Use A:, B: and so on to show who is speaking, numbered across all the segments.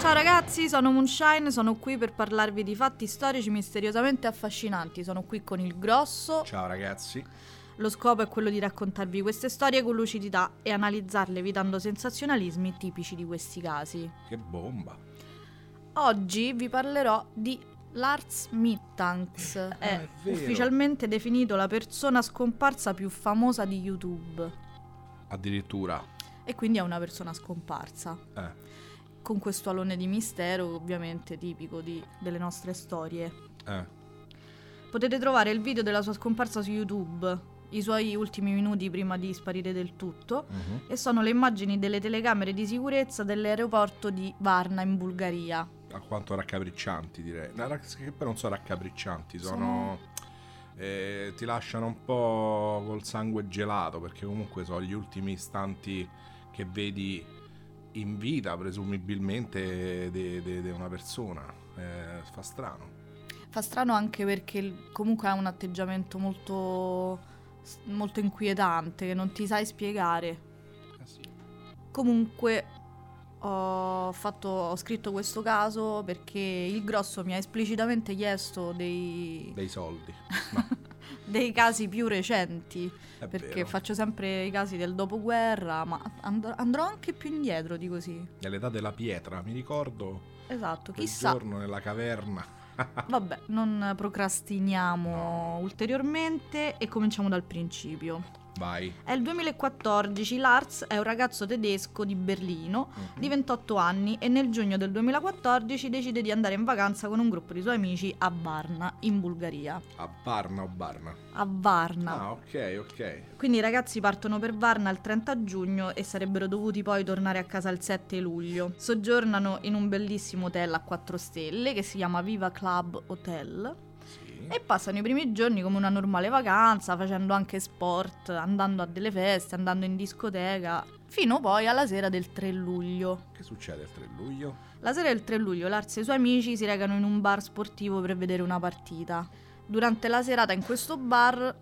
A: Ciao ragazzi, sono Moonshine, sono qui per parlarvi di fatti storici misteriosamente affascinanti. Sono qui con il grosso.
B: Ciao ragazzi.
A: Lo scopo è quello di raccontarvi queste storie con lucidità e analizzarle evitando sensazionalismi tipici di questi casi.
B: Che bomba.
A: Oggi vi parlerò di Lars Mittanks, è,
B: è vero.
A: ufficialmente definito la persona scomparsa più famosa di YouTube
B: Addirittura.
A: e quindi è una persona scomparsa.
B: Eh.
A: Con questo alone di mistero, ovviamente tipico di- delle nostre storie.
B: eh.
A: Potete trovare il video della sua scomparsa su YouTube, i suoi ultimi minuti prima di sparire del tutto,
B: mhm.
A: e sono le immagini delle telecamere di sicurezza dell'aeroporto di Varna in Bulgaria.
B: A quanto raccapriccianti direi. No, rac- che poi non so raccapriccianti, sono... eh, ti lasciano un po' col sangue gelato perché comunque sono gli ultimi istanti che vedi in vita presumibilmente di una persona. Eh, fa strano.
A: Fa strano anche perché il- comunque ha un atteggiamento molto, s- molto inquietante, che non ti sai spiegare.
B: Eh sì.
A: Comunque ho, fatto- ho scritto questo caso perché il grosso mi ha esplicitamente chiesto dei,
B: Dei soldi.
A: dei casi più recenti.
B: È
A: Perché
B: vero.
A: faccio sempre i casi del dopoguerra, ma andr- andrò anche più indietro di così.
B: Nell'età della pietra, mi ricordo
A: Esatto,
B: quel
A: chissà.
B: giorno nella caverna.
A: Vabbè, non procrastiniamo ulteriormente e cominciamo dal principio.
B: Vai.
A: È il 2014, Lars è un ragazzo tedesco di Berlino
B: Mhm.
A: di 28 anni e nel giugno del 2014 decide di andare in vacanza con un gruppo di suoi amici a Varna, in Bulgaria.
B: A Barna o Barna?
A: A Varna.
B: Ah, ok, ok.
A: Quindi i ragazzi partono per Varna il 30 giugno e sarebbero dovuti poi tornare a casa il 7 luglio. Soggiornano in un bellissimo hotel a 4 stelle che si chiama Viva Club Hotel
B: Sì.
A: e passano i primi giorni come una normale vacanza, facendo anche sport, andando a delle feste, andando in discoteca, fino poi alla sera del 3 luglio.
B: Che succede il 3 luglio?
A: La sera del 3 luglio Lars e i suoi amici si recano in un bar sportivo per vedere una partita. Durante la serata in questo bar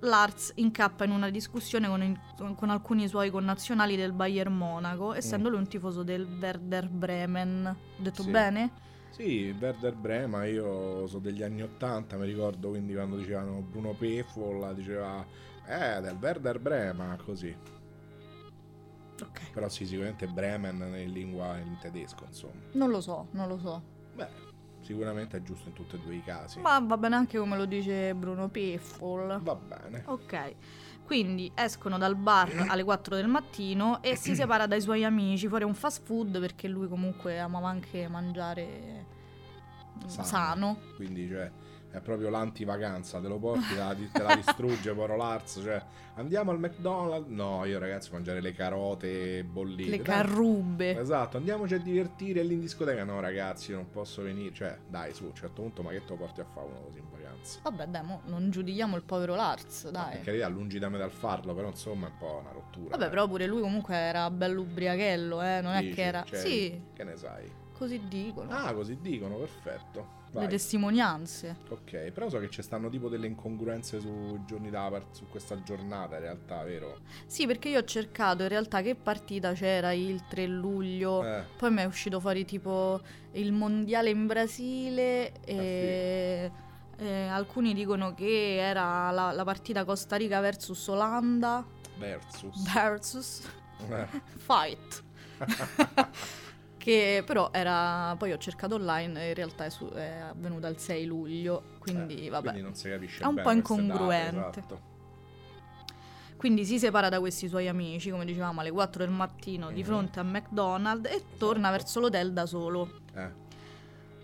A: Lars incappa in una discussione con, il- con alcuni suoi connazionali del Bayern Monaco, essendo lui un tifoso del Werder Bremen. Ho detto
B: Sì.
A: bene?
B: Sì, Werder Brema, io so degli anni 80, mi ricordo quindi quando dicevano Bruno Peffola, diceva eh, del Werder Brema, così.
A: Ok.
B: Però sì, sicuramente Bremen in lingua in tedesco, insomma.
A: Non lo so, non lo so.
B: Beh, sicuramente è giusto in tutti e due i casi.
A: Ma va bene anche come lo dice Bruno Peffol.
B: Va bene.
A: Ok, quindi escono dal
B: Eh.
A: bar alle 4 del mattino e si separa dai suoi amici fuori a un fast food perché lui comunque amava anche mangiare mm,
B: Sano.
A: sano.
B: Quindi, cioè, è proprio l'antivacanza, te lo porti, te la, te la distrugge, poro Lars, cioè, andiamo al McDonald's? No, io ragazzi mangiare le carote bollite.
A: le
B: Dai,
A: carrube.
B: Esatto, andiamoci a divertire lì in discoteca. No, ragazzi, io non posso venire. Cioè, dai, su, a un certo punto, ma che te lo porti a fare uno così in vacanza?
A: Vabbè, dai, mo non giudichiamo il povero Lars,
B: Per
A: dai.
B: carità, lungi da me dal farlo, però insomma è un po' una rottura.
A: Vabbè,
B: eh.
A: però pure lui comunque era bello ubriachello, eh, non è
B: Dici,
A: che era...
B: cioè,
A: Sì,
B: Che ne sai?
A: così dicono.
B: Ah, così dicono, perfetto.
A: le
B: Vai.
A: testimonianze.
B: ok, però so che ci stanno tipo delle incongruenze sui giorni da par- su questa giornata, in realtà, vero?
A: Sì, perché io ho cercato in realtà che partita c'era il 3 luglio.
B: Eh.
A: Poi mi è uscito fuori tipo il mondiale in Brasile e
B: Ah,
A: e alcuni dicono che era la, la partita Costa Rica versus Olanda
B: Versus.
A: versus
B: Eh,
A: Fight. che però era poi ho cercato online e in realtà è, su- è avvenuta il 6 luglio, quindi
B: eh,
A: vabbè.
B: Quindi non si capisce
A: È un
B: bene
A: po'
B: queste date,
A: incongruente.
B: esatto.
A: Quindi si separa da questi suoi amici, come dicevamo, alle 4 del mattino di
B: Mhm.
A: fronte a McDonald's e torna
B: Esatto.
A: verso l'hotel da solo.
B: Eh,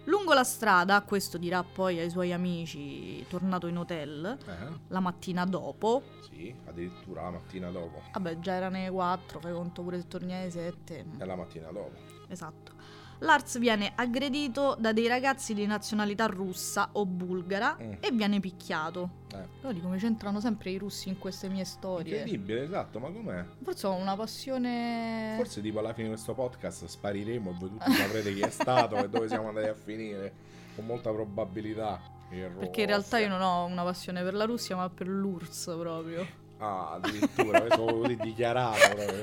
A: Lungo la strada, questo dirà poi ai suoi amici tornato in hotel
B: eh,
A: la mattina dopo.
B: sì, addirittura la mattina dopo.
A: Vabbè, già erano le 4, fai conto pure se torni alle 7.
B: È la mattina dopo.
A: Esatto. Lars viene aggredito da dei ragazzi di nazionalità russa o bulgara
B: Mm.
A: e viene picchiato.
B: Eh.
A: Però dico, mi c'entrano sempre i russi in queste mie storie.
B: Incredibile, esatto, ma com'è?
A: Forse ho una passione...
B: Forse tipo alla fine di questo podcast spariremo e voi tutti saprete chi è stato e dove siamo andati a finire, con molta probabilità. In
A: Perché in realtà io non ho una passione per la Russia, ma per l'URSS proprio.
B: Ah, addirittura, questo avevo così dichiarato. proprio.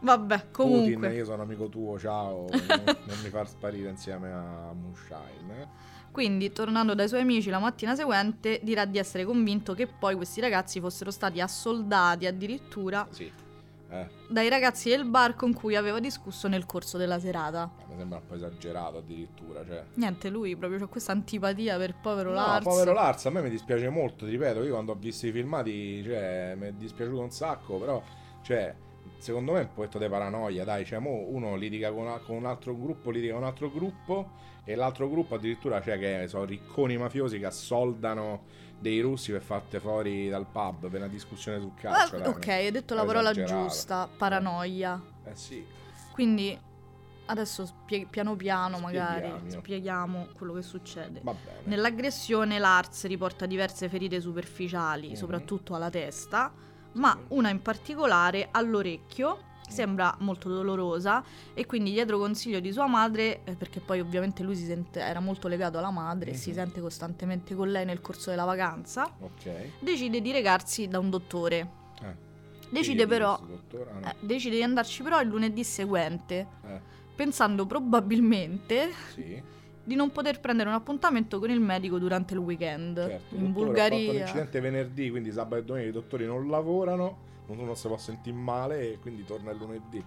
A: Vabbè, comunque.
B: Putin, io sono amico tuo, ciao, non, non mi far sparire insieme a Moonshine. eh.
A: Quindi, tornando dai suoi amici la mattina seguente, dirà di essere convinto che poi questi ragazzi fossero stati assoldati addirittura
B: Sì, eh,
A: dai ragazzi del bar con cui aveva discusso nel corso della serata.
B: mi sembra un po' esagerato addirittura, cioè.
A: Niente, lui proprio c'ha questa antipatia per povero
B: No,
A: Lars.
B: povero Lars, a me mi dispiace molto, ti ripeto, io quando ho visto i filmati, cioè, mi è dispiaciuto un sacco, però, cioè, secondo me è un pochetto di paranoia, dai, cioè, mo uno litiga con, una- con un altro gruppo, litiga con un altro gruppo, e l'altro gruppo addirittura, cioè, che sono ricconi mafiosi che assoldano dei russi per fatte fuori dal pub per una discussione sul
A: Ah,
B: calcio. dai.
A: ok, hai detto la parola
B: Esagerato.
A: giusta, paranoia.
B: Eh sì,
A: Quindi adesso spie- piano piano magari
B: Spieghiamo.
A: spieghiamo quello che succede.
B: va bene.
A: Nell'aggressione Lars riporta diverse ferite superficiali,
B: Mhm.
A: soprattutto alla testa, ma una in particolare all'orecchio. che Sembra molto dolorosa e quindi dietro consiglio di sua madre, eh, perché poi ovviamente lui si sente- era molto legato alla madre e si
B: Mhm.
A: sente costantemente con lei nel corso della vacanza,
B: Ok. Eh,
A: decide di recarsi da un dottore. Decide
B: chiedi
A: però
B: questo, dottore? Ah, no.
A: eh, decide di andarci però il lunedì seguente,
B: Eh,
A: pensando probabilmente
B: sì.
A: di non poter prendere un appuntamento con il medico durante il weekend
B: Certo,
A: in
B: dottore, ho fatto un
A: Bulgaria.
B: incidente venerdì, quindi sabato e domenica i dottori non lavorano, non si può sentire male e quindi torna il lunedì.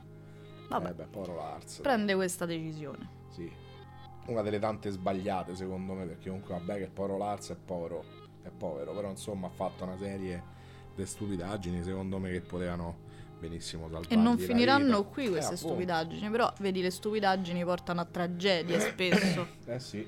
A: Vabbè,
B: Eh beh, povero Lars.
A: prende questa decisione.
B: Sì. Una delle tante sbagliate secondo me, perché comunque vabbè che il povero Lars è povero, è povero, però insomma ha fatto una serie di stupidaggini secondo me che potevano benissimo salvargli
A: E non
B: la
A: finiranno
B: vita.
A: qui
B: Eh,
A: queste
B: appunto.
A: stupidaggini, però vedi le stupidaggini portano a tragedie spesso.
B: Eh sì,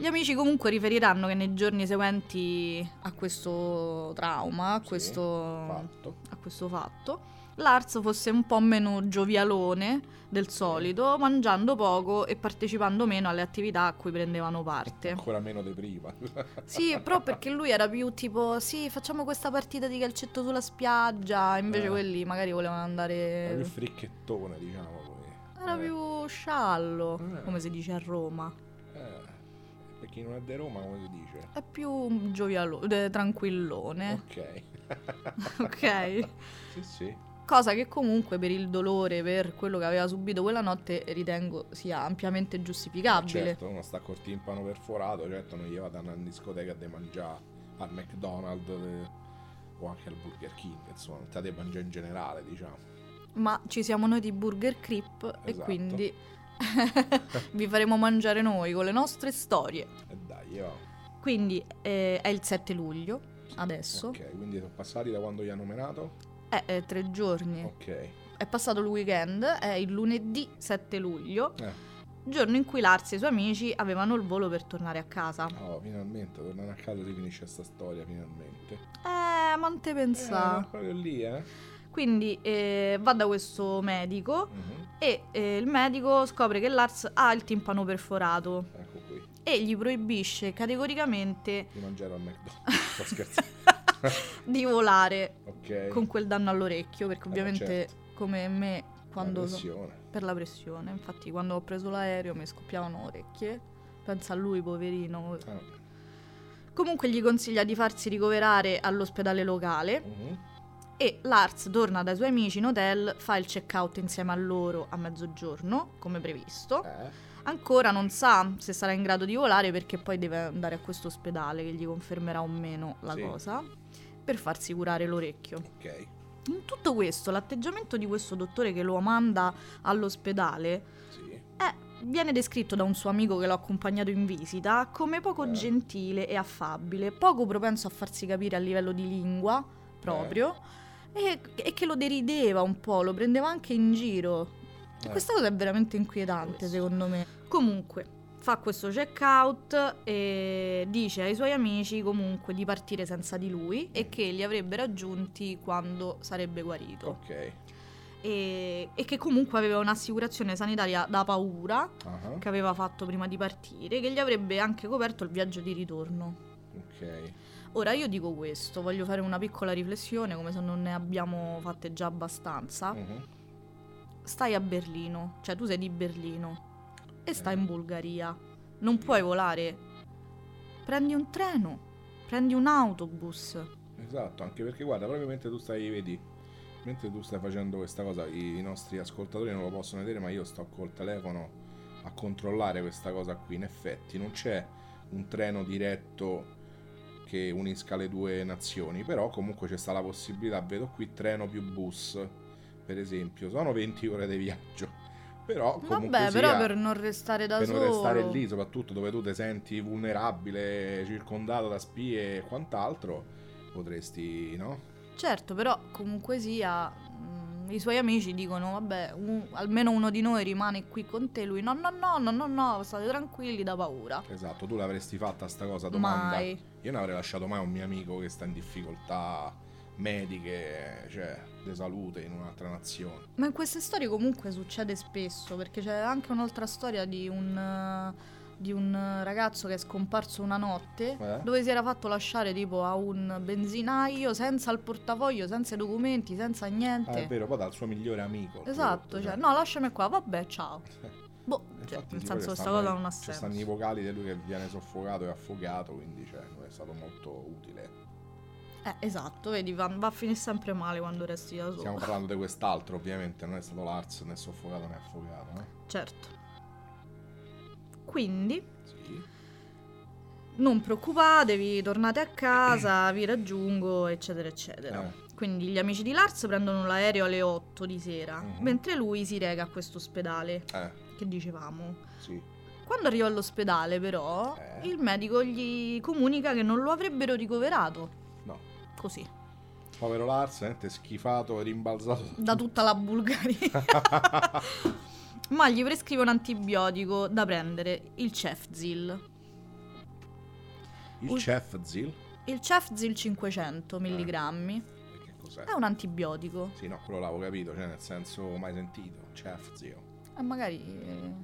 A: Gli amici comunque riferiranno che nei giorni seguenti a questo trauma, a
B: Sì,
A: questo
B: fatto.
A: a questo fatto, Lars fosse un po' meno giovialone del solito, mangiando poco e partecipando meno alle attività a cui prendevano parte.
B: Ancora meno di prima.
A: Sì, però perché lui era più tipo, sì, facciamo questa partita di calcetto sulla spiaggia, invece
B: Eh.
A: quelli magari volevano
B: Era più
A: andare...
B: fricchettone, diciamo lui.
A: Era
B: Eh.
A: più sciallo,
B: Eh.
A: come si dice a Roma.
B: Eh, per chi non è di Roma, come si dice?
A: È più giovialone, eh, tranquillone,
B: Ok.
A: ok?
B: Sì, sì.
A: Cosa che comunque per il dolore, per quello che aveva subito quella notte, ritengo sia ampiamente giustificabile.
B: Certo, uno sta col timpano perforato, certo non gli va ad andare in discoteca a mangiare al McDonald's eh, o anche al Burger King, insomma, te de mangiare in generale, diciamo.
A: Ma ci siamo noi di Burger Creep e
B: Esatto.
A: quindi vi faremo mangiare noi con le nostre storie.
B: E dai, io...
A: Quindi eh, è il 7 luglio, adesso.
B: Ok, quindi sono passati da quando gli hanno menato?
A: È, è Eh, tre giorni.
B: Ok. Eh,
A: È passato il weekend, è il lunedì 7 luglio,
B: Eh,
A: giorno in cui Lars e i suoi amici avevano il volo per tornare a casa.
B: oh, finalmente, tornando a casa si finisce sta storia, finalmente.
A: Eh, ma non te
B: Eh,
A: pensa.
B: proprio lì, eh.
A: Quindi eh, va da questo medico
B: Mhm,
A: e eh, il medico scopre che Lars ha il timpano perforato
B: Ecco qui,
A: e gli proibisce categoricamente
B: di mangiare al McDonald's, sto scherzando.
A: di volare
B: Ok.
A: con quel danno all'orecchio, perché
B: Eh,
A: ovviamente
B: certo.
A: come me quando...
B: La
A: so-
B: pressione.
A: per la pressione. Infatti, quando ho preso l'aereo mi scoppiavano orecchie. Pensa a lui, poverino.
B: Ah,
A: Comunque gli consiglia di farsi ricoverare all'ospedale locale
B: mhm.
A: e Lars torna dai suoi amici in hotel, fa il check-out insieme a loro a mezzogiorno, come previsto.
B: Eh,
A: Ancora non sa se sarà in grado di volare perché poi deve andare a questo ospedale che gli confermerà o meno la
B: Sì.
A: cosa per farsi curare l'orecchio.
B: ok.
A: In tutto questo, l'atteggiamento di questo dottore che lo manda all'ospedale
B: Sì.
A: Eh, viene descritto da un suo amico che l'ha accompagnato in visita come poco
B: Eh.
A: gentile e affabile, poco propenso a farsi capire a livello di lingua proprio,
B: Eh.
A: e, e che lo derideva un po', lo prendeva anche in giro. E
B: Eh.
A: questa cosa è veramente inquietante,
B: Questo.
A: secondo me. Comunque, fa questo check-out e dice ai suoi amici comunque di partire senza di lui e
B: Mm.
A: che li avrebbe raggiunti quando sarebbe guarito.
B: Ok.
A: E- e che comunque aveva un'assicurazione sanitaria da paura
B: Ah,
A: che aveva fatto prima di partire, che gli avrebbe anche coperto il viaggio di ritorno.
B: Ok.
A: Ora io dico questo, voglio fare una piccola riflessione, come se non ne abbiamo fatte già abbastanza.
B: Mhm.
A: Stai a Berlino, cioè tu sei di Berlino e stai
B: Eh.
A: in Bulgaria, non puoi volare. Prendi un treno, prendi un autobus.
B: Esatto, anche perché guarda, proprio mentre tu stai, vedi, mentre tu stai facendo questa cosa, i, i nostri ascoltatori non lo possono vedere, ma io sto col telefono a controllare questa cosa qui. In effetti non c'è un treno diretto che unisca le due nazioni, però comunque c'è sta la possibilità, vedo qui treno più bus, per esempio, sono 20 ore di viaggio. Però comunque
A: Vabbè,
B: sia,
A: però per non restare da
B: per
A: solo.
B: non restare lì, soprattutto dove tu ti senti vulnerabile, circondato da spie e quant'altro, potresti, no?
A: Certo, però comunque sia, mh, i suoi amici dicono, vabbè, un- almeno uno di noi rimane qui con te, lui no, no, no, no, no, no, state tranquilli, da paura.
B: Esatto, tu l'avresti fatta sta cosa domanda.
A: Mai.
B: Io non avrei lasciato mai un mio amico che sta in difficoltà mediche, cioè, di salute in un'altra nazione.
A: Ma in queste storie comunque succede spesso, perché c'è anche un'altra storia di un, eh, di un eh, ragazzo che è scomparso una notte,
B: Eh?
A: dove si era fatto lasciare tipo a un benzinaio, senza il portafoglio, senza i documenti, senza
B: Ah, è
A: niente.
B: vero, poi dal suo migliore amico.
A: esatto, cioè, no, lasciami qua, vabbè, ciao. Boh,
B: Infatti,
A: cioè, nel
B: tipo,
A: senso
B: che
A: questa
B: stanno-
A: cosa non ha
B: Ci cioè, stanno i
A: senso.
B: vocali di lui che viene soffocato e affogato, quindi cioè, non è stato molto utile.
A: Eh, esatto, vedi, va, va a finire sempre male quando resti da solo.
B: Stiamo parlando di quest'altro, ovviamente, non è stato Lars né soffocato né affogato, no?
A: Certo. Quindi,
B: Sì.
A: non preoccupatevi, tornate a casa, vi raggiungo, eccetera, eccetera.
B: Eh.
A: Quindi gli amici di Lars prendono l'aereo alle 8 di sera,
B: Mhm.
A: mentre lui si reca a questo ospedale,
B: Eh,
A: che dicevamo.
B: sì.
A: Quando arriva all'ospedale però,
B: Eh.
A: il medico gli comunica che non lo avrebbero ricoverato.
B: No.
A: Così,
B: Povero Lars, veramente schifato e rimbalzato.
A: da tutta la Bulgaria. Ma gli prescrive un antibiotico da prendere, il Cefzil.
B: Il
A: Ul-
B: chef Zil.
A: Il Cefzil 500 mg
B: E Che cos'è?
A: è un antibiotico.
B: Sì, no, quello l'avevo capito, cioè nel senso mai sentito. Chef zio.
A: E Eh, magari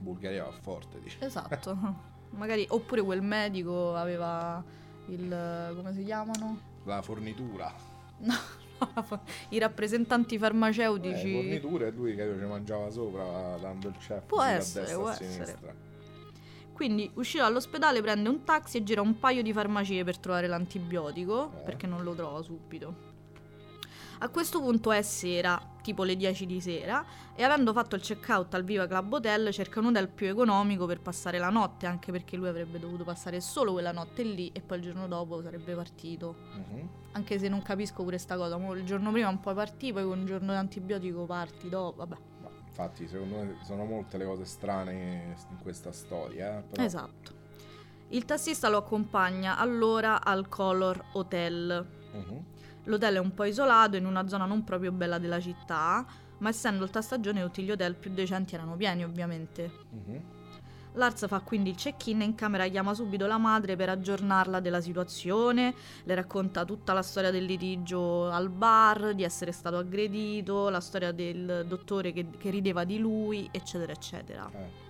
B: Bulgaria va forte, dice.
A: Esatto, magari oppure quel medico aveva il come si chiamano?
B: La fornitura.
A: No, i rappresentanti
B: Eh,
A: farmaceutici.
B: fornitura e lui che ci mangiava sopra dando il chef
A: Può
B: zio
A: essere,
B: a destra
A: può
B: a
A: essere.
B: sinistra.
A: Quindi uscirà dall'ospedale, prende un taxi e gira un paio di farmacie per trovare l'antibiotico,
B: Eh.
A: perché non lo trova subito. A questo punto è sera, tipo le 10 di sera, e avendo fatto il check-out al Viva Club Hotel cerca un hotel più economico per passare la notte, anche perché lui avrebbe dovuto passare solo quella notte lì e poi il giorno dopo sarebbe partito.
B: Mhm.
A: Anche se non capisco pure sta cosa, mo il giorno prima non puoi partire, poi con un giorno d'antibiotico parti dopo, vabbè.
B: Ma infatti, secondo me sono molte le cose strane in questa storia. eh, Però
A: Esatto. Il tassista lo accompagna allora al Color Hotel.
B: Mhm.
A: L'hotel è un po' isolato, in una zona non proprio bella della città, ma essendo alta stagione tutti gli hotel più decenti erano pieni ovviamente.
B: Mhm.
A: Lars fa quindi il check-in e in camera chiama subito la madre per aggiornarla della situazione, le racconta tutta la storia del litigio al bar, di essere stato aggredito, la storia del dottore che, che rideva di lui, eccetera, eccetera.
B: Eh,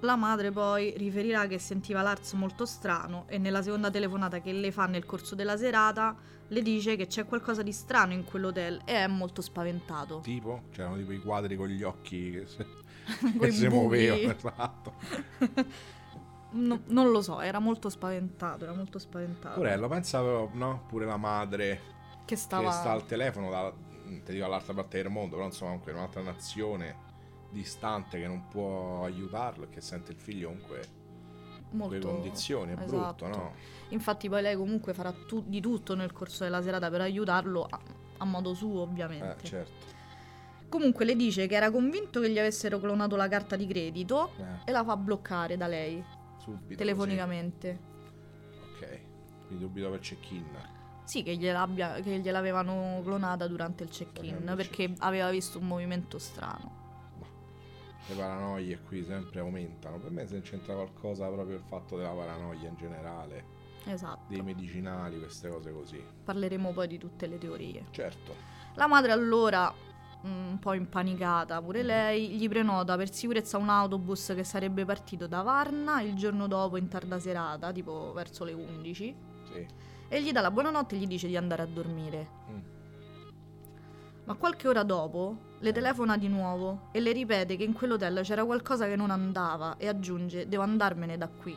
A: La madre poi riferirà che sentiva Lars molto strano e nella seconda telefonata che le fa nel corso della serata le dice che c'è qualcosa di strano in quell'hotel e è molto spaventato.
B: tipo, c'erano tipo i quadri con gli occhi che se-
A: Coi
B: che si
A: buchi.
B: muovevano. Esatto.
A: No- non lo so, era molto spaventato, era molto spaventato.
B: Purello, pensavo, no? Pure la madre
A: che Ah. stava...
B: che sta al telefono da, te dico all'altra parte del mondo, però insomma comunque in un'altra nazione distante che non può aiutarlo e che sente il figlio comunque in quelle
A: molto-
B: condizioni, è brutto,
A: esatto.
B: no?
A: Infatti poi lei comunque farà tu- di tutto nel corso della serata per aiutarlo a, a modo suo
B: Eh,
A: ovviamente.
B: certo.
A: Comunque le dice che era convinto che gli avessero clonato la carta di credito
B: Eh,
A: e la fa bloccare da lei.
B: subito.
A: telefonicamente.
B: così. Ok. Quindi dubito per check-in.
A: Sì, che, gliel'abbia- che gliel'avevano clonata durante il check-in
B: Facendo il
A: perché aveva visto un movimento strano.
B: Le paranoie qui sempre aumentano. Per me se c'entra qualcosa proprio il fatto della paranoia in generale,
A: Esatto.
B: dei medicinali, queste cose così.
A: Parleremo poi di tutte le teorie.
B: Certo.
A: La madre allora, mh, un po' impanicata pure lei, gli prenota per sicurezza un autobus che sarebbe partito da Varna il giorno dopo in tarda serata, tipo verso le 11,
B: Sì.
A: e gli dà la buonanotte e gli dice di andare a dormire.
B: Mm.
A: Ma qualche ora dopo
B: Eh.
A: le telefona di nuovo e le ripete che in quell'hotel c'era qualcosa che non andava e aggiunge devo andarmene da qui.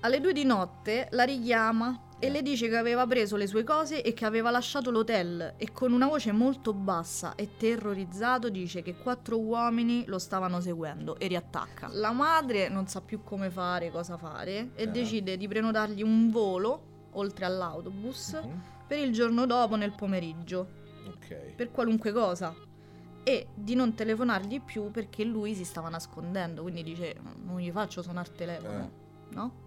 A: Alle due di notte la richiama
B: Eh.
A: e le dice che aveva preso le sue cose e che aveva lasciato l'hotel e con una voce molto bassa e terrorizzato dice che quattro uomini lo stavano seguendo e riattacca. La madre non sa più come fare, cosa fare e
B: Eh.
A: decide di prenotargli un volo oltre all'autobus
B: Mhm.
A: per il giorno dopo nel pomeriggio,
B: Ok.
A: per qualunque cosa e di non telefonargli più perché lui si stava nascondendo, quindi dice non gli faccio suonare il telefono, no?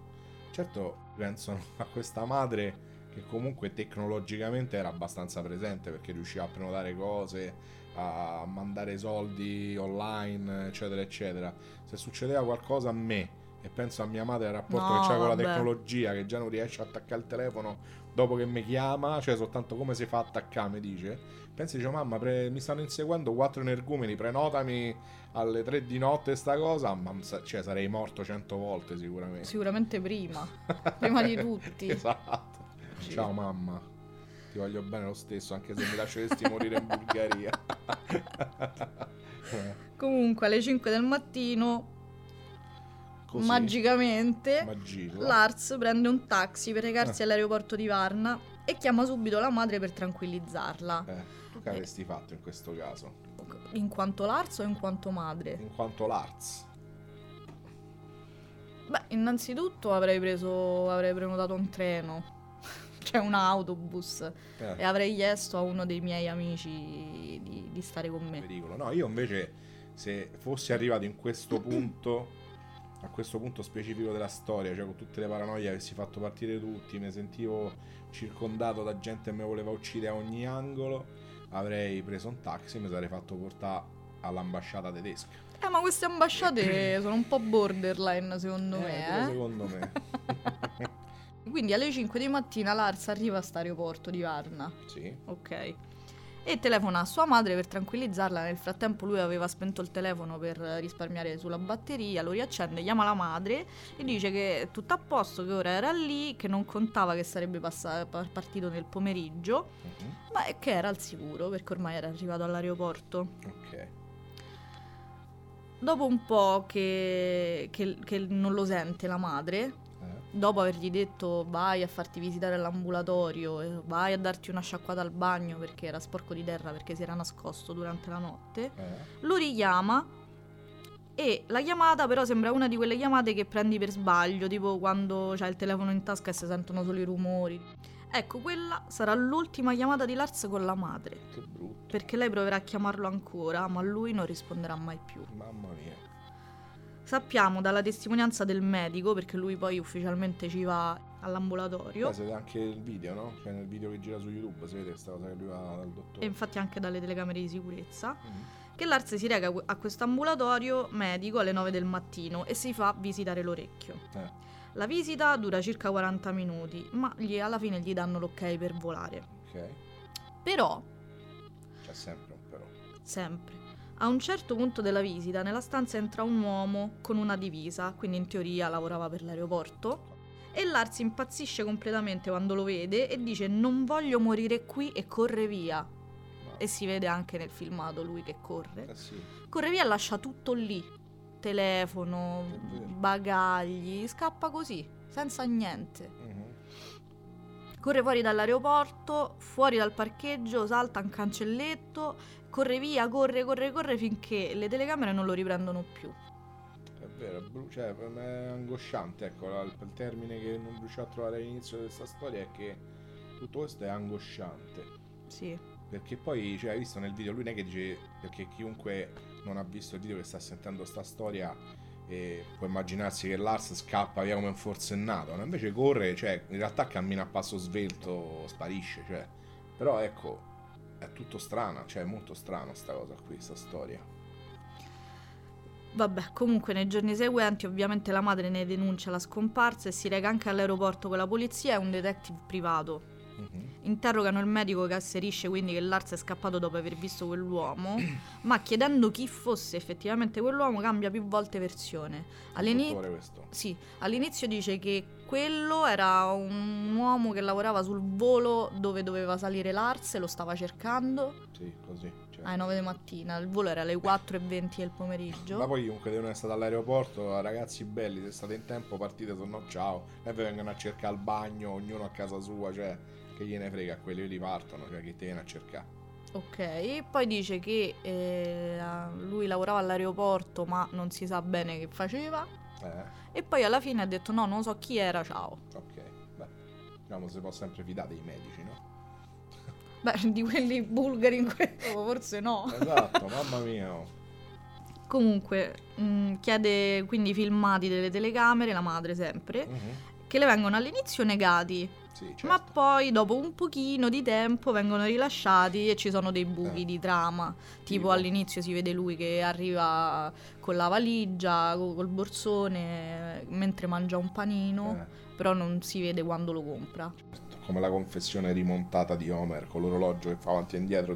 B: Certo, pensano a questa madre che comunque tecnologicamente era abbastanza presente perché riusciva a prenotare cose, a mandare soldi online, eccetera, eccetera. Se succedeva qualcosa a me e penso a mia madre al rapporto
A: No,
B: che c'è con la
A: vabbè.
B: tecnologia, che già non riesce a attaccare il telefono dopo che mi chiama, cioè soltanto come si fa a attaccare, mi dice. Pensi, dice, mamma, pre- mi stanno inseguendo quattro energumeni, prenotami alle tre di notte sta cosa, ma sa- cioè, sarei morto cento volte sicuramente.
A: Sicuramente prima. Prima di tutti.
B: esatto.
A: Sì.
B: Ciao mamma, ti voglio bene lo stesso, anche se mi lasceresti morire in Bulgaria. Eh,
A: Comunque alle 5 del mattino,
B: così,
A: magicamente,
B: Magilla.
A: Lars prende un taxi per recarsi all'aeroporto di Varna e chiama subito la madre per tranquillizzarla.
B: Eh, tu che avresti fatto in questo caso?
A: In quanto Lars o in quanto madre?
B: In quanto l'Arts.
A: Beh, innanzitutto avrei preso, avrei prenotato un treno, cioè un autobus,
B: Eh,
A: e avrei chiesto a uno dei miei amici di, di stare con me.
B: pericolo. No, io invece, se fossi arrivato in questo punto, a questo punto specifico della storia, cioè con tutte le paranoie, avessi fatto partire tutti, mi sentivo circondato da gente che mi voleva uccidere a ogni angolo, avrei preso un taxi e mi sarei fatto portare all'ambasciata tedesca.
A: Eh, ma queste ambasciate sono un po' borderline, secondo
B: Eh, pure
A: me, eh.
B: Secondo me.
A: Quindi alle 5 di mattina Lars arriva a stareoporto di Varna,
B: sì.
A: ok? E telefona a sua madre per tranquillizzarla. Nel frattempo lui aveva spento il telefono per risparmiare sulla batteria, lo riaccende, chiama la madre e dice che è tutto a posto, che ora era lì, che non contava che sarebbe passa- par- partito nel pomeriggio,
B: Mhm.
A: ma è che era al sicuro perché ormai era arrivato all'aeroporto.
B: Ok. Eh,
A: Dopo un po' che- che- che non lo sente la madre,
B: Eh.
A: dopo avergli detto vai a farti visitare all'ambulatorio, eh, vai a darti una sciacquata al bagno perché era sporco di terra perché si era nascosto durante la notte,
B: eh.
A: lo richiama e la chiamata però sembra una di quelle chiamate che prendi per sbaglio, tipo quando c'hai il telefono in tasca e si sentono solo i rumori. Ecco, quella sarà l'ultima chiamata di Lars con la madre,
B: Che brutto.
A: perché lei proverà a chiamarlo ancora, ma lui non risponderà mai più.
B: Mamma mia.
A: Sappiamo dalla testimonianza del medico, perché lui poi ufficialmente ci va all'ambulatorio,
B: Poi si vede anche il video, no? Cioè nel video che gira su YouTube si vede questa cosa che lui va dal
A: e
B: dottore.
A: infatti anche dalle telecamere di sicurezza,
B: Mhm.
A: che Lars si reca a questo ambulatorio medico alle 9 del mattino e si fa visitare l'orecchio.
B: Eh.
A: La visita dura circa 40 minuti, ma gli- alla fine gli danno l'ok per volare.
B: Ok.
A: Però,
B: C'è sempre un però.
A: sempre, a un certo punto della visita nella stanza entra un uomo con una divisa, quindi in teoria lavorava per l'aeroporto, e Lars impazzisce completamente quando lo vede e dice non voglio morire qui e corre via.
B: Ma-
A: E si vede anche nel filmato lui che corre.
B: Eh sì.
A: corre via e lascia tutto lì. Telefono,
B: È vero.
A: bagagli, scappa così, senza niente.
B: Mhm.
A: Corre fuori dall'aeroporto, fuori dal parcheggio, salta un cancelletto, corre via, corre, corre, corre finché le telecamere non lo riprendono più.
B: È vero, è bru- cioè, per me è angosciante. Ecco, la- il termine che non riuscivo a trovare all'inizio di questa storia è che tutto questo è angosciante.
A: Sì.
B: Perché poi, cioè, hai visto nel video, lui non è che dice, perché chiunque non ha visto il video che sta sentendo sta storia e può immaginarsi che Lars scappa via come un forsennato, no? invece corre, cioè, in realtà cammina a passo svelto, sparisce, cioè. Però ecco, è tutto strana, cioè è molto strana sta cosa qui, sta storia.
A: Vabbè, comunque nei giorni seguenti ovviamente la madre ne denuncia la scomparsa e si reca anche all'aeroporto con la polizia e un detective privato.
B: Mhm.
A: interrogano il medico che asserisce quindi che Lars è scappato dopo aver visto quell'uomo, ma chiedendo chi fosse effettivamente quell'uomo cambia più volte versione. All'inizio...
B: Dottore questo.
A: Sì, all'inizio dice che quello era un uomo che lavorava sul volo dove doveva salire Lars e lo stava cercando
B: Sì, così. cioè.
A: alle 9 di mattina. Il volo era alle 4.20 del pomeriggio.
B: Ma poi comunque devono essere all'aeroporto, ragazzi belli, se state in tempo partite, se no ciao. E poi vengono a cercare al bagno, ognuno a casa sua, cioè che gliene frega, quelli lì partono, cioè che ti viene a cercare.
A: Ok, poi dice che eh, lui lavorava all'aeroporto ma non si sa bene che faceva.
B: Eh,
A: E poi alla fine ha detto no, non so chi era, ciao.
B: ok, beh. Diciamo si può sempre fidare dei medici, no?
A: Beh, di quelli bulgari in questo forse no.
B: Esatto, mamma mia. oh.
A: Comunque, mh, chiede quindi i filmati delle telecamere, la madre sempre,
B: Mhm,
A: che le vengono all'inizio negati,
B: Sì, certo.
A: ma poi dopo un pochino di tempo vengono rilasciati e ci sono dei buchi
B: Eh.
A: di trama. Tipo,
B: Tipo?
A: all'inizio si vede lui che arriva con la valigia, co- col borsone, mentre mangia un panino,
B: Eh,
A: però non si vede quando lo compra.
B: certo, come la confessione rimontata di Homer con l'orologio che fa avanti e indietro,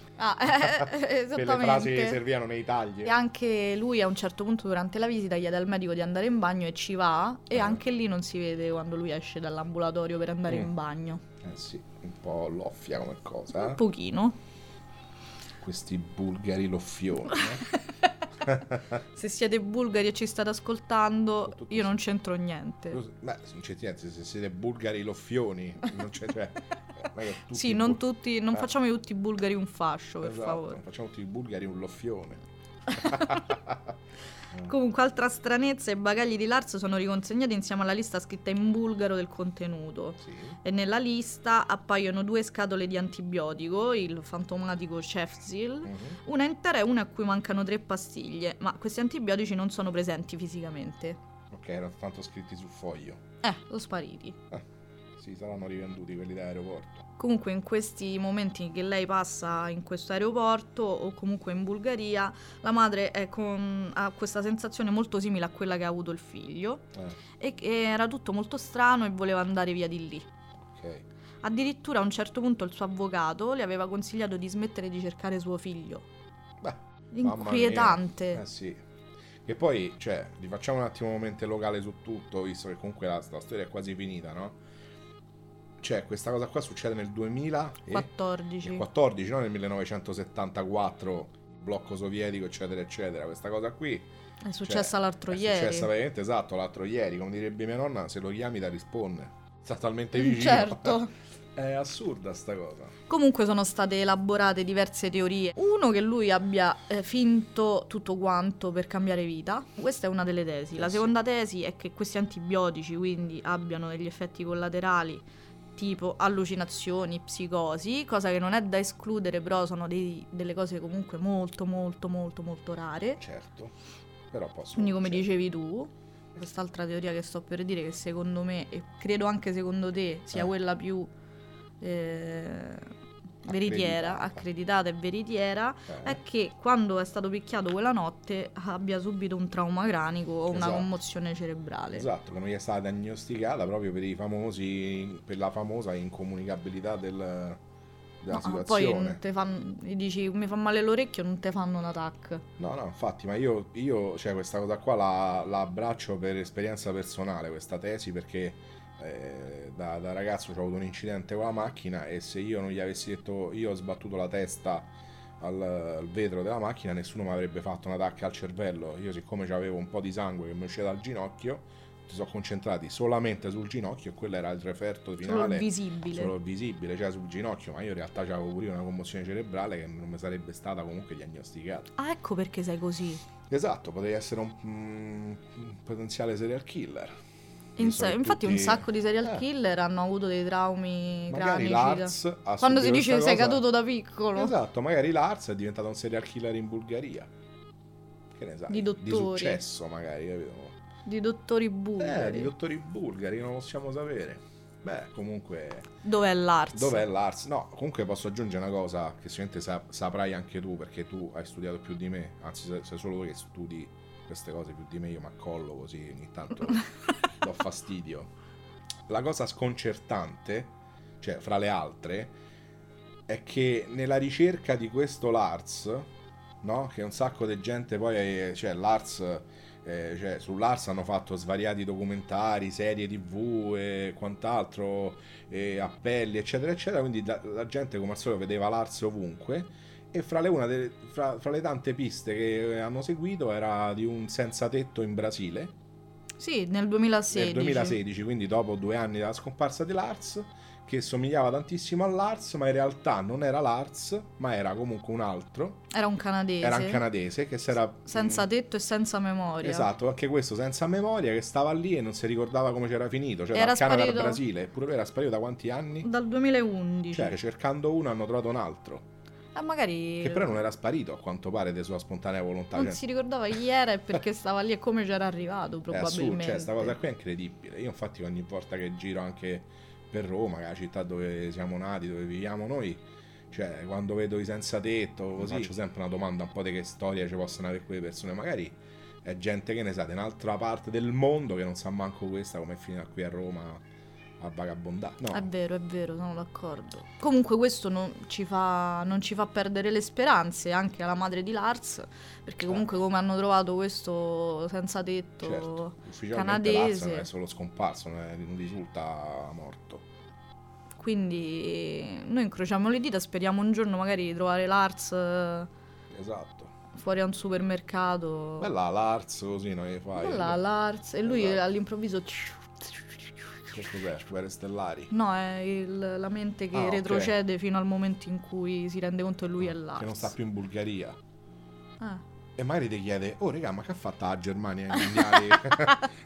A: Ah,
B: Che
A: esattamente.
B: le frasi che servivano nei tagli.
A: E anche lui a un certo punto durante la visita chiede al medico di andare in bagno e ci va e
B: Eh.
A: anche lì non si vede quando lui esce dall'ambulatorio per andare
B: Mm.
A: in bagno.
B: Eh sì, un po' loffia come cosa.
A: Un
B: eh.
A: pochino.
B: Questi bulgari loffioni. eh.
A: Se siete bulgari e ci state ascoltando,
B: Soprattutto
A: io
B: se-
A: non c'entro niente.
B: Beh, sinceramente, se siete bulgari loffioni, non c'è, cioè, non è che tutti
A: Sì,
B: i
A: non
B: bul-
A: tutti, non
B: Eh.
A: facciamo di tutti i bulgari un fascio, per
B: Esatto,
A: favore.
B: Facciamo tutti i bulgari un loffione.
A: Comunque, altra stranezza, i bagagli di Lars sono riconsegnati insieme alla lista scritta in bulgaro del contenuto.
B: Sì.
A: E nella lista appaiono due scatole di antibiotico, il fantomatico Cefzil
B: Mhm.
A: Una intera e una a cui mancano tre pastiglie, ma questi antibiotici non sono presenti fisicamente.
B: Ok, erano tanto scritti sul foglio.
A: Eh, sono spariti.
B: Sì, saranno rivenduti quelli dell'aeroporto.
A: Comunque in questi momenti che lei passa in questo aeroporto o comunque in Bulgaria, la madre è con- ha questa sensazione molto simile a quella che ha avuto il figlio
B: Eh,
A: e che era tutto molto strano e voleva andare via di lì.
B: ok.
A: Addirittura a un certo punto il suo avvocato le aveva consigliato di smettere di cercare suo figlio.
B: Beh, Mamma mia.
A: Inquietante.
B: Eh sì. Che poi, cioè, rifacciamo un attimo un momento locale su tutto, visto che comunque la, la storia è quasi finita, no? Cioè, questa cosa qua succede nel 2014,
A: 14.
B: no? Nel 1974, blocco sovietico, eccetera, eccetera. Questa cosa qui cioè,
A: È successa l'altro
B: è
A: ieri.
B: successa veramente, esatto, l'altro ieri. Come direbbe mia nonna, se lo chiami ti risponde. Sta talmente vicino.
A: Certo.
B: è assurda sta cosa.
A: Comunque sono state elaborate diverse teorie. Uno che lui abbia eh, finto tutto quanto per cambiare vita. Questa è una delle tesi. La
B: Eh sì.
A: seconda tesi è che questi antibiotici quindi abbiano degli effetti collaterali tipo allucinazioni, psicosi, cosa che non è da escludere, però sono dei- delle cose comunque molto molto molto molto rare.
B: Certo. Però posso...
A: Quindi come
B: cioè,
A: dicevi tu, quest'altra teoria che sto per dire, che secondo me, e credo anche secondo te, sia
B: Eh.
A: quella più eh, veritiera, accreditata e veritiera,
B: eh,
A: è che quando è stato picchiato quella notte abbia subito un trauma cranico o una
B: Esatto.
A: commozione cerebrale.
B: Esatto, che non gli è stata diagnosticata proprio per i famosi, per la famosa incomunicabilità del, della
A: No, Ah, poi
B: situazione.
A: non te fan- gli dici mi fa male l'orecchio, non te fanno un attack.
B: No, no, infatti, ma io, io, cioè, questa cosa qua la, la abbraccio per esperienza personale, questa tesi, perché eh, da, da ragazzo ho avuto un incidente con la macchina e se io non gli avessi detto io ho sbattuto la testa al, al vetro della macchina, nessuno mi avrebbe fatto un attacco al cervello. Io, siccome avevo un po' di sangue che mi usciva dal ginocchio, si sono concentrati solamente sul ginocchio e quello era il
A: Solo
B: referto finale
A: visibile.
B: solo visibile, cioè sul ginocchio, ma io in realtà avevo pure una commozione cerebrale che non mi sarebbe stata comunque diagnosticata.
A: Ah, ecco perché sei così.
B: Esatto, potrei essere un, mm, un potenziale serial killer.
A: In-
B: Visto che
A: infatti un
B: tutti-
A: sacco di serial
B: Eh,
A: killer hanno avuto dei traumi
B: Magari
A: cranici.
B: Lars ha
A: Quando si
B: subito
A: dice
B: questa
A: sei
B: cosa-
A: caduto da piccolo.
B: Esatto, magari Lars è diventato un serial killer in Bulgaria. Che ne sai?
A: Di
B: Di
A: dottori.
B: successo magari, capito?
A: Di dottori
B: Eh,
A: bulgari.
B: di dottori bulgari, non lo possiamo sapere. Beh, comunque...
A: Dov'è l'Arts?
B: Dov'è l'Ars? No, comunque posso aggiungere una cosa che sicuramente sa- saprai anche tu perché tu hai studiato più di me, anzi se- sei solo tu che studi queste cose più di me, io mi accollo così ogni tanto do fastidio. La cosa sconcertante cioè fra le altre, è che nella ricerca di questo Lars, no? Che un sacco di gente poi, eh, cioè Lars... Eh, cioè, sull'Ars hanno fatto svariati documentari, serie tv e quant'altro, e appelli, eccetera, eccetera. Quindi da- la, gente, come al solito, vedeva l'Ars ovunque. E fra le, una delle- fra- fra le tante piste che hanno seguito era di un senza tetto in Brasile
A: Sì, nel 2016.
B: nel 2016, quindi dopo due anni dalla scomparsa di Lars, che somigliava tantissimo all'Ars, ma in realtà non era l'Ars, ma era comunque un altro.
A: Era un canadese.
B: Era un canadese che si era.
A: Senza
B: mm,
A: tetto e senza memoria.
B: Esatto, anche questo senza memoria che stava lì e non si ricordava come c'era finito, cioè
A: Era
B: dal Canada al
A: sparito.
B: Brasile, eppure lui era sparito da quanti anni?
A: Dal 2011.
B: Cioè, cercando uno hanno trovato un altro,
A: Ah, magari...
B: che però non era sparito a quanto pare di sua spontanea volontà.
A: non
B: cioè,
A: si ricordava chi era e perché stava lì e come c'era arrivato,
B: è assurdo,
A: probabilmente.
B: cioè, sta cosa qui è incredibile. Io infatti ogni volta che giro anche per Roma, che è la città dove siamo nati, dove viviamo noi, cioè quando vedo i senza tetto, così, faccio sempre una domanda un po' di che storia ci possono avere quelle persone, magari è gente che ne sa di un'altra parte del mondo che non sa manco questa come è finita qui a Roma a vagabondare. No,
A: È vero, è vero, sono d'accordo. Comunque questo non ci, fa, non ci fa perdere le speranze anche alla madre di Lars,
B: Cioè.
A: perché comunque come hanno trovato questo senza tetto...
B: certo, ufficialmente
A: canadese.
B: Lazio non è solo scomparso, non, è- non risulta morto.
A: Quindi noi incrociamo le dita, speriamo un giorno magari di trovare Lars eh,
B: Esatto.
A: fuori a un supermercato.
B: Bella l'Ars così, non gli fai.
A: Bella Lars. E lui
B: Esatto.
A: all'improvviso...
B: Che cos'è? Guerre stellari.
A: No, è il- la mente che
B: Ah, ok. Ah,
A: retrocede fino al momento in cui si rende conto che lui è Lars.
B: Che non sta più in Bulgaria.
A: Ah.
B: E magari ti chiede, oh raga, ma che ha fatto la Germania ai mondiali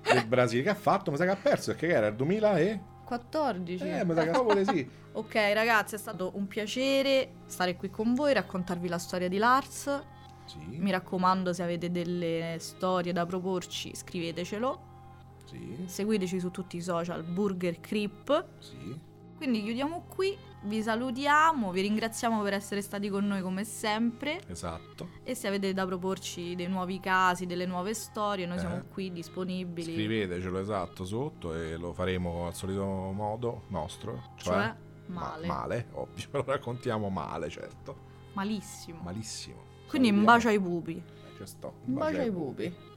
B: del Brasile? Che ha fatto? Mi sa che ha perso, perché era il 2000 e...
A: 14.
B: Eh, mi sa che proprio di sì.
A: Ok ragazzi, è stato un piacere stare qui con voi, raccontarvi la storia di Lars.
B: Sì,
A: Mi raccomando, se avete delle storie da proporci, scrivetecelo.
B: sì,
A: Seguiteci su tutti i social Burger Creep.
B: sì.
A: Quindi chiudiamo qui, vi salutiamo, vi ringraziamo per essere stati con noi come sempre.
B: Esatto.
A: E se avete da proporci dei nuovi casi, delle nuove storie, noi
B: Eh.
A: siamo qui disponibili.
B: Scrivetecelo esatto sotto e lo faremo al solito modo nostro. Cioè,
A: cioè,
B: ma-
A: male.
B: male, ovvio. Lo raccontiamo male, certo.
A: Malissimo.
B: Malissimo.
A: Quindi un
B: Salutiamo.
A: bacio ai pupi.
B: Eh, ci sto.
A: Un bacio ai pupi.